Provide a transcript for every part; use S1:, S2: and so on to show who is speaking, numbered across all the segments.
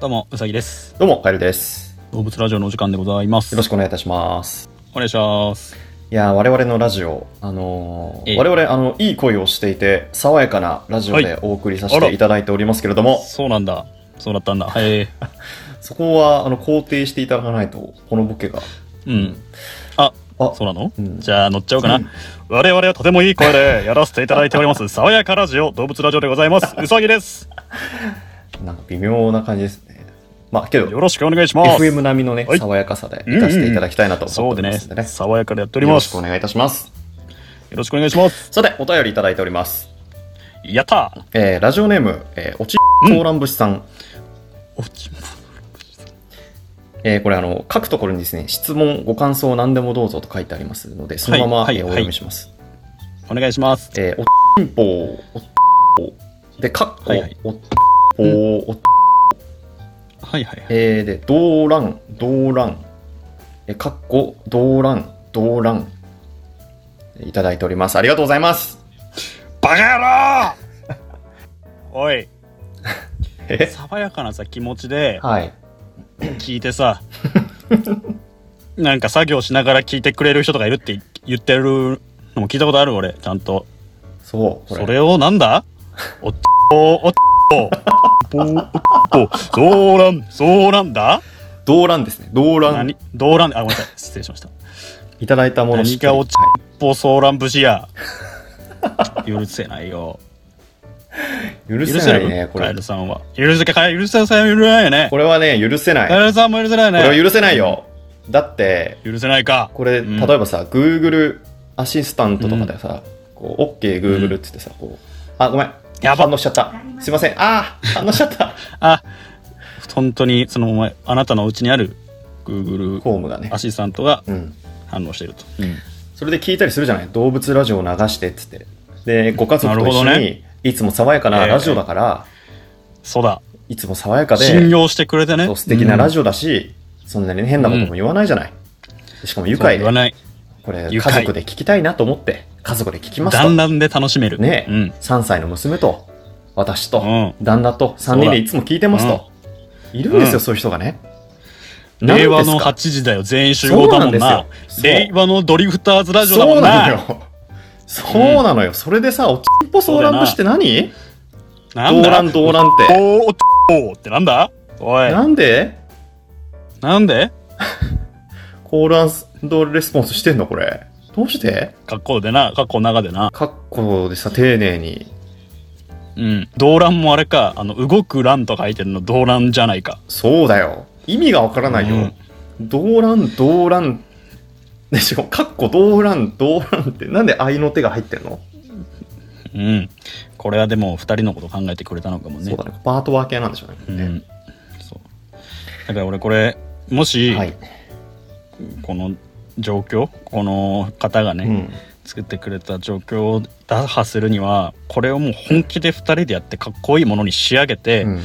S1: どうも、うさぎです。
S2: どうも、カエルです。
S1: 動物ラジオのお時間でございます。
S2: よろしくお願いいたします。
S1: お願いします。
S2: いやー、我々のラジオ、あのー
S1: ええ
S2: 我々、あの、いい声をしていて、爽やかなラジオ
S1: は
S2: でお送りさせ
S1: あら
S2: ていただいておりますけれども、
S1: そうなんだ。そうだったんだ。へえ。
S2: そこは、あの、肯定していただかないと、このボケが。
S1: うん。
S2: あ、
S1: そうなの
S2: うん
S1: じゃあ乗っちゃおうかな。我々はとてもいい声でやらせていただいており ます。爽やかラジオ、動物ラジオでございます。うさぎです。
S2: なんか微妙な感じですね。まあ、け
S1: よ
S2: ど、
S1: ろしくお願いします。
S2: FM 並みのね
S1: は、い
S2: 爽やかさでいかせていただきたいなと
S1: そ
S2: 思
S1: う
S2: って
S1: で
S2: お
S1: ね
S2: りますんでね。。
S1: 爽やかでやっており
S2: よろ
S1: ま
S2: し
S1: す。
S2: くお
S1: よ
S2: 願いいたします。
S1: ろしくお願いします。
S2: さて、お便りいただいております。
S1: やったー
S2: えー、ラジオネーム、えー、おち
S1: うん
S2: ソーラン節さん。
S1: おち
S2: えーこれあの書くところにですね質問ご感想何でもどうぞと書いてありますのでそのまま、
S1: はいはい
S2: えーお読みします、
S1: お願いします。
S2: えーおちんぽおちんぽでかっこ、
S1: はいはい
S2: おちんぽおちんぽ
S1: はいはいはい。
S2: えーで動乱動乱えーかっこ動乱動乱いただいておりますありがとうございます
S1: バカ野郎 おい、
S2: え
S1: 爽やかなさ気持ちで、
S2: はい
S1: 聞いてさなんか作業しながら聞いてくれる人とかいるって言ってるのも聞いたことある俺ちゃんと
S2: そうこ
S1: それをなん だおっとおっとぼーおっとそうなんそうなんだ
S2: 動乱ですね動乱
S1: 何動乱あごめんなさい失礼しました
S2: いただいたものしっかり
S1: 何がおち
S2: は
S1: 暴走乱節 や許せないよ
S2: い許
S1: 許
S2: せ
S1: せ
S2: な
S1: ないい
S2: ね
S1: ね
S2: こ
S1: カエ
S2: れ
S1: ルさんは許せか許せさんは許せないよね
S2: これはね許せない
S1: カエルさんも許せないよ
S2: これ
S1: ね
S2: は許せないよだって
S1: 許せないか
S2: これ、
S1: うん
S2: 例えばさ Google アシスタントとかでさ、こう OKGoogle、って言ってさこうあごめん
S1: やば
S2: 反応しちゃったすいませんあー反応しちゃった
S1: あ本当にそのお前あなたのうちにある Google
S2: ホームがね
S1: ア、シスタントが
S2: うん、
S1: 反応していると。
S2: それで聞いたりするじゃない動物ラジオを流してっつってでご家族と
S1: なる
S2: 一
S1: ほ
S2: 緒
S1: ど
S2: に、
S1: ね
S2: いつも爽やかなラジオだから、
S1: そうだ。
S2: いつも爽やかで
S1: 信用してくれてね
S2: そう。素敵なラ
S1: ジ
S2: ジオだし、そんなに変なことも言わないじゃない、しかも愉
S1: オ
S2: 快
S1: 言わ
S2: で
S1: ない。
S2: これ
S1: 愉
S2: 家
S1: 快
S2: 族で聞きたいなと思って家族で聞きますと
S1: 団らんで楽しめる。
S2: ね、
S1: うん。
S2: 3歳の娘と私と
S1: う
S2: 旦那と3人でいつも聞いてますと、いるんですよ、
S1: うん
S2: そういう人がね
S1: 令和の8
S2: 八
S1: 時だよ。全員集合だもんな。令和のドリフターズラジオだ
S2: そ
S1: も
S2: うんなの
S1: な。
S2: よそうなのよそれでさおちんぽソーランドして何
S1: な
S2: 動
S1: ん
S2: 乱
S1: だ
S2: 動乱っ
S1: お
S2: て
S1: ーおっとおーってなんだおい。
S2: なんで
S1: なんで
S2: コールアンドレスポンスしてんのこれどうして
S1: 格好でな。格好の中でな。
S2: カッコでさ丁寧に
S1: うん。動乱もあれか。あの、動く乱と書いてるの動乱じゃないか。
S2: そうだよ意味がわからないよ、動乱動乱でしかもカッコ動乱動乱ってなんで愛の手が入ってんの
S1: うん。これはでも、二人のこと考えてくれたのかもね。
S2: そうだね。パートワー系なんでしょう
S1: う
S2: ね。
S1: ん。そう。だから俺これ、もし、
S2: はい。
S1: この状況この方がね、
S2: うん。
S1: 作ってくれた状況を打破するにはこれをもう本気で2人でやってかっこいいものに仕上げて、
S2: うん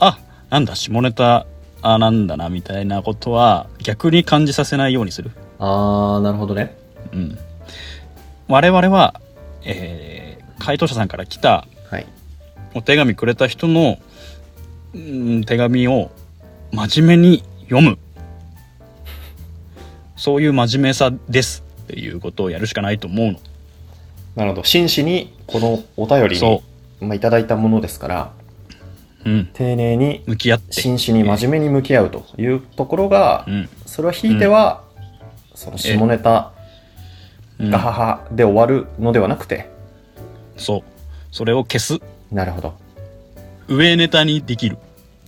S1: あなんだ下ネタあなんだなみたいなことは逆に感じさせないようにする。
S2: あー、なるほどね。
S1: うん、我々は、えー回答者さんから来た
S2: はい。
S1: お手紙くれた人の、うん、手紙を真面目に読むそういう真面目さですっていうことをやるしかないと思うの
S2: なるほど。真摯に、このお便り
S1: そ
S2: に、まあ、いただいたものですから、
S1: う、うん、
S2: 丁寧に、
S1: 向き合って、
S2: 真摯に真面目に向き合うというところが
S1: う、ん
S2: それをひいては、その下ネタ、
S1: うん
S2: ガハハで終わるのではなくて、
S1: そうそれを消す
S2: なるほど。
S1: 上ネタにできる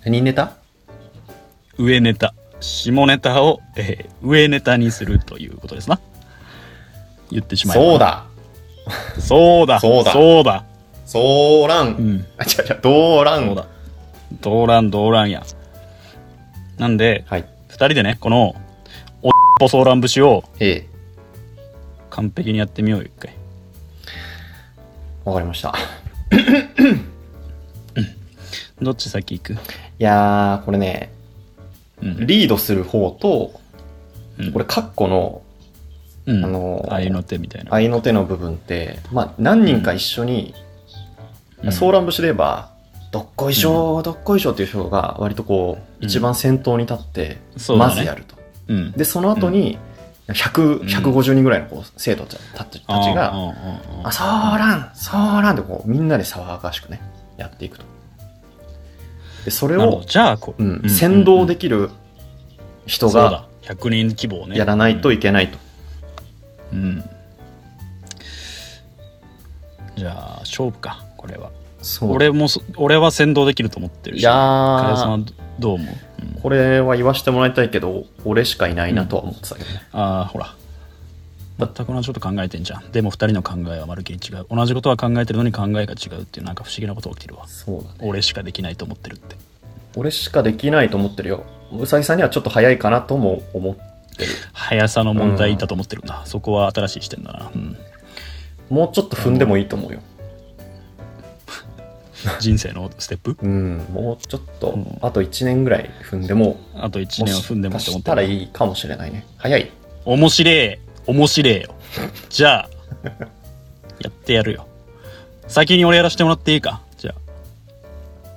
S2: 何ネタ
S1: 上ネタ下ネタを、えー上ネタにするということですな言ってしまえば
S2: そうだ。
S1: そうだ
S2: そうだ
S1: そうだ
S2: そうら。
S1: うんん
S2: あ、違う違う、どうら。
S1: そうんだ動乱動乱やなんで
S2: はい。
S1: 2人でねこのおっぽソーラン節を
S2: ええ。
S1: 完璧にやってみようよ一回
S2: わかりました。
S1: どっち先行く
S2: いやー、これね、
S1: うん
S2: リードする方と、
S1: うん
S2: これ、カッコの、
S1: うん
S2: あのー
S1: あいの手みたいな、
S2: 愛の手の部分って、まあ、何人か一緒に、
S1: うん
S2: ソーラン節で言えば、どっこいしょー、どっこいしょーっていう人が割とこ
S1: う
S2: う、
S1: ん
S2: 一番先頭に立って、
S1: そうだ
S2: ま
S1: ね
S2: ずやると。
S1: うん
S2: で、その後に、100、
S1: うん
S2: 150人ぐらいのこう生徒たちたちたち
S1: う
S2: が、
S1: んうんうん
S2: あ、そーらん、そーらんってこう、みんなで騒がしくね、やっていくと。で、それ
S1: なるほ
S2: を
S1: ど、じゃあこ
S2: う、
S1: うん
S2: 先導できる人
S1: そう
S2: が
S1: だ100人規模をね
S2: やらないといけないと。
S1: うんじゃあ勝負かこれは
S2: そう。
S1: 俺もそ俺は先導できると思ってるし
S2: いや
S1: 加谷さん
S2: ー、
S1: はどう思う、うん
S2: これは言わせてもらいたいけど、俺しかいないなとは思ってたけどね。
S1: ああほら全く同じこと考えてんじゃんでも2人の考えはまるっきり違う同じことは考えてるのに考えが違うっていうなんか不思議なこと起きてるわ
S2: そうだね。
S1: 俺しかできないと思ってるって
S2: 俺しかできないと思ってるよ。うさぎさんにはちょっと早いかなとも思ってる。
S1: 速さの問題だと思ってるんだ、そこは新しい視点だな、うん
S2: もうちょっと踏んでもいいと思うよ。
S1: 人生のステッ プ
S2: うん、もうちょっと、
S1: うん
S2: あと1年ぐらい踏んでも、
S1: あと1年は踏んでも
S2: も
S1: って思っ
S2: しかしてたら
S1: る
S2: いいかもしれないね。早い。
S1: 面白え面白えよじゃあやってやるよ先に俺やらせてもらっていいかじゃ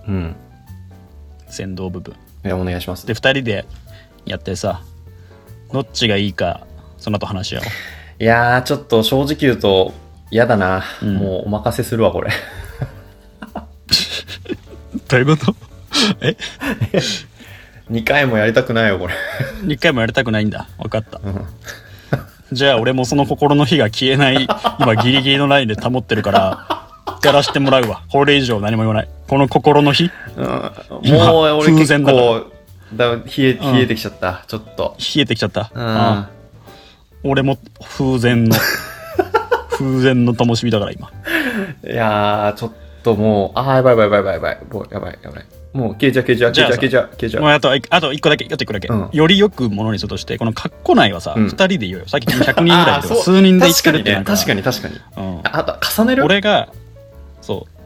S2: うん。
S1: あ先導部分
S2: いや、お願いします
S1: で2。人でやってさどっちがいいかその後話し合おう
S2: いやー、ちょっと正直言うと、嫌だな、
S1: うん
S2: もうお任せするわ、これ。
S1: どういうこと え
S2: 2回もやりたくないよ、これ。
S1: 一回もやりたくないんだ分かった
S2: うん
S1: じゃあ俺もその心の火が消えない今ギリギリのラインで保ってるからやらしてもらうわこれ以上何も言わないこの心の火
S2: うん
S1: 今
S2: もう俺
S1: 風
S2: 結
S1: 前だから
S2: 構だ冷え
S1: うん
S2: 冷えてきちゃった、ちょっと。
S1: 冷えてきちゃった
S2: うん
S1: ああ俺も風前 の風前の灯火だから今
S2: いやー、ちょっともう、あー、やばいやばいやばいやばい、もうやばいやばい。もう消えちゃう消えちゃう
S1: じゃ
S2: 消
S1: あ
S2: えちゃう消えちゃう
S1: もう
S2: 消えち
S1: あ
S2: ゃう。
S1: とあと一個だけあと一個だけ、
S2: うん
S1: よりよくものにするとしてこのカッコ内はさ、
S2: う
S1: 二2
S2: ん
S1: 人で言うよさっき君100人ぐらい
S2: あ
S1: い
S2: ー
S1: るけど
S2: そう
S1: 数人で言ってるってなん
S2: 確かに確かに確かに。
S1: うん
S2: ああと、重ねる
S1: 俺がそう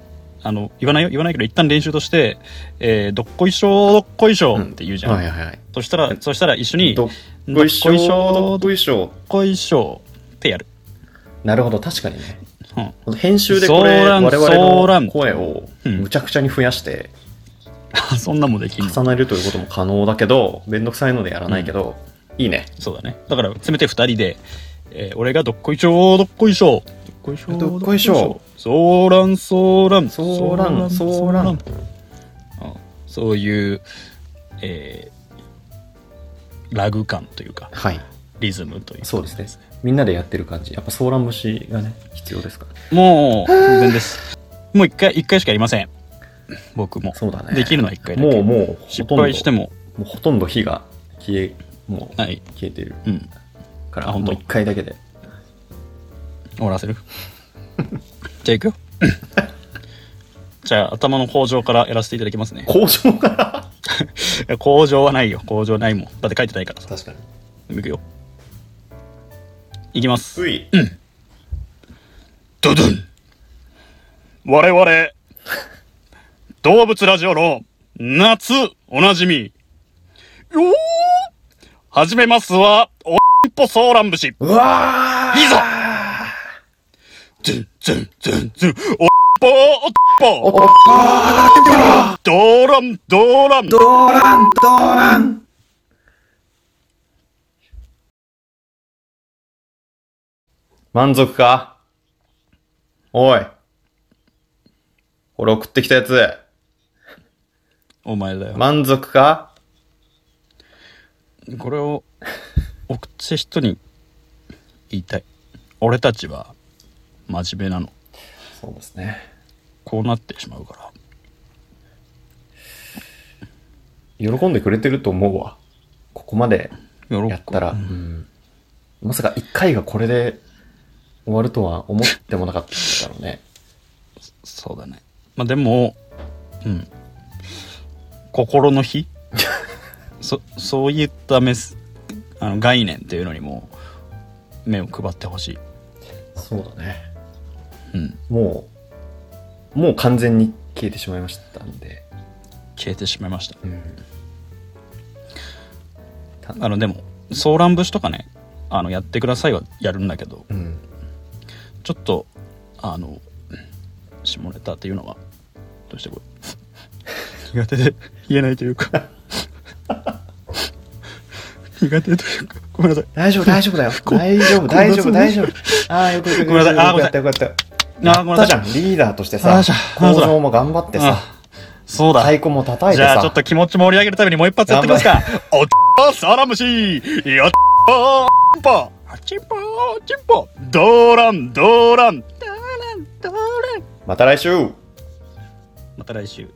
S1: あの言わないよ言わないけど一旦練習として「えーどっこいしょーどっこいしょー」って言うじゃん、
S2: はいはいはい。
S1: そしたらそしたら一緒に「ど
S2: ど
S1: っ
S2: っこいしょ
S1: どっこいしょ
S2: ーどっこいしょ
S1: こいしょー」ってやる、
S2: ーなるほど、確かにね。
S1: うん、
S2: 編集で
S1: ソ
S2: こ
S1: ー
S2: れ、
S1: ラ
S2: 我
S1: ンソーラ
S2: 々
S1: ン
S2: の声を
S1: うん
S2: むちゃくちゃに増やして、
S1: あそんなんもできんの
S2: 重ねるということも可能だけど、めんどくさいのでやらないけど、いいね。
S1: そうだねだからせめて二人で、えー俺が「どっこいしょーどっこいしょー」どっこいしょー
S2: どっこいしょー
S1: ソーランソーラン
S2: ソーランソーラン
S1: ソうんそういう、えーラグ感というか
S2: はい。
S1: リズムというか
S2: そうですね。みんなでやってる感じ。やっぱソーラン節がね、必要ですから。
S1: もう偶然です。もう一回一回しかやりません。僕も
S2: そうだね。
S1: できるのは一回だけ。
S2: もうもう、
S1: 失
S2: ほとんど、
S1: 敗しても
S2: もうほとんど火が消え、もう
S1: ない。
S2: 消えてる
S1: うん。あ
S2: から、
S1: 本当
S2: もう一回だけで。
S1: 終わらせる。 じゃあ行くよ。じゃあ頭の工場からやらせていただき ますね。
S2: 工場から。
S1: いや工場はないよ。工場ないもん。だって書いてないからさ。
S2: 確かに。
S1: 行くよ。行きます。
S2: つい。
S1: ドドン我々、動物ラジオの夏おなじみ、よー始めますは、おんぽソーラン節。
S2: うわー
S1: いいぞずんずんずんずん、おっぽおっぽドーランドーラン
S2: ドーランドーラン満足かおい。これ送ってきたやつ、
S1: お前だよ。
S2: 満足か
S1: これを、送って人に言いたい。俺たちは、真面目なの。
S2: そうですね。
S1: こうなってしまうから。
S2: 喜んでくれてると思うわ。ここまで
S1: 喜ぶ
S2: やったら、まさか1回がこれで終わるとは思ってもなかっただろうね。
S1: そうだね。まあでも、うん。心の 日そそういったメスあの概念っていうのにも目を配ってほしい。
S2: そうだね。
S1: うん。
S2: もう、もう完全に消えてしまいましたんで。
S1: 消えてしまいました。
S2: うん。
S1: あのでも、ソーラン節とかね、あのやってくださいはやるんだけど、
S2: うん。
S1: ちょっと、あの、下ネタっていうのは、どうしてこれ 苦手で言えないという か苦手というかごめんなさい
S2: 大丈夫、大丈夫だよ。大丈夫、大丈夫、大丈夫。ああ、よくよくよく
S1: ごめんなさいあー
S2: よくやった、よくやった。
S1: あーごめんなさい
S2: やったじゃん、リーダーとして
S1: あ
S2: さ
S1: ーじゃ、あ
S2: 構造も頑張ってさ、
S1: あそうだ
S2: 太鼓も叩い
S1: じ
S2: て
S1: ゃあ
S2: さ
S1: ちょっ、と気持ち盛り上げるためにもう一発やってきますかおっサラムシやっぱーぱチンポチンポドーランドーランドーランドーラン
S2: また来週
S1: また来週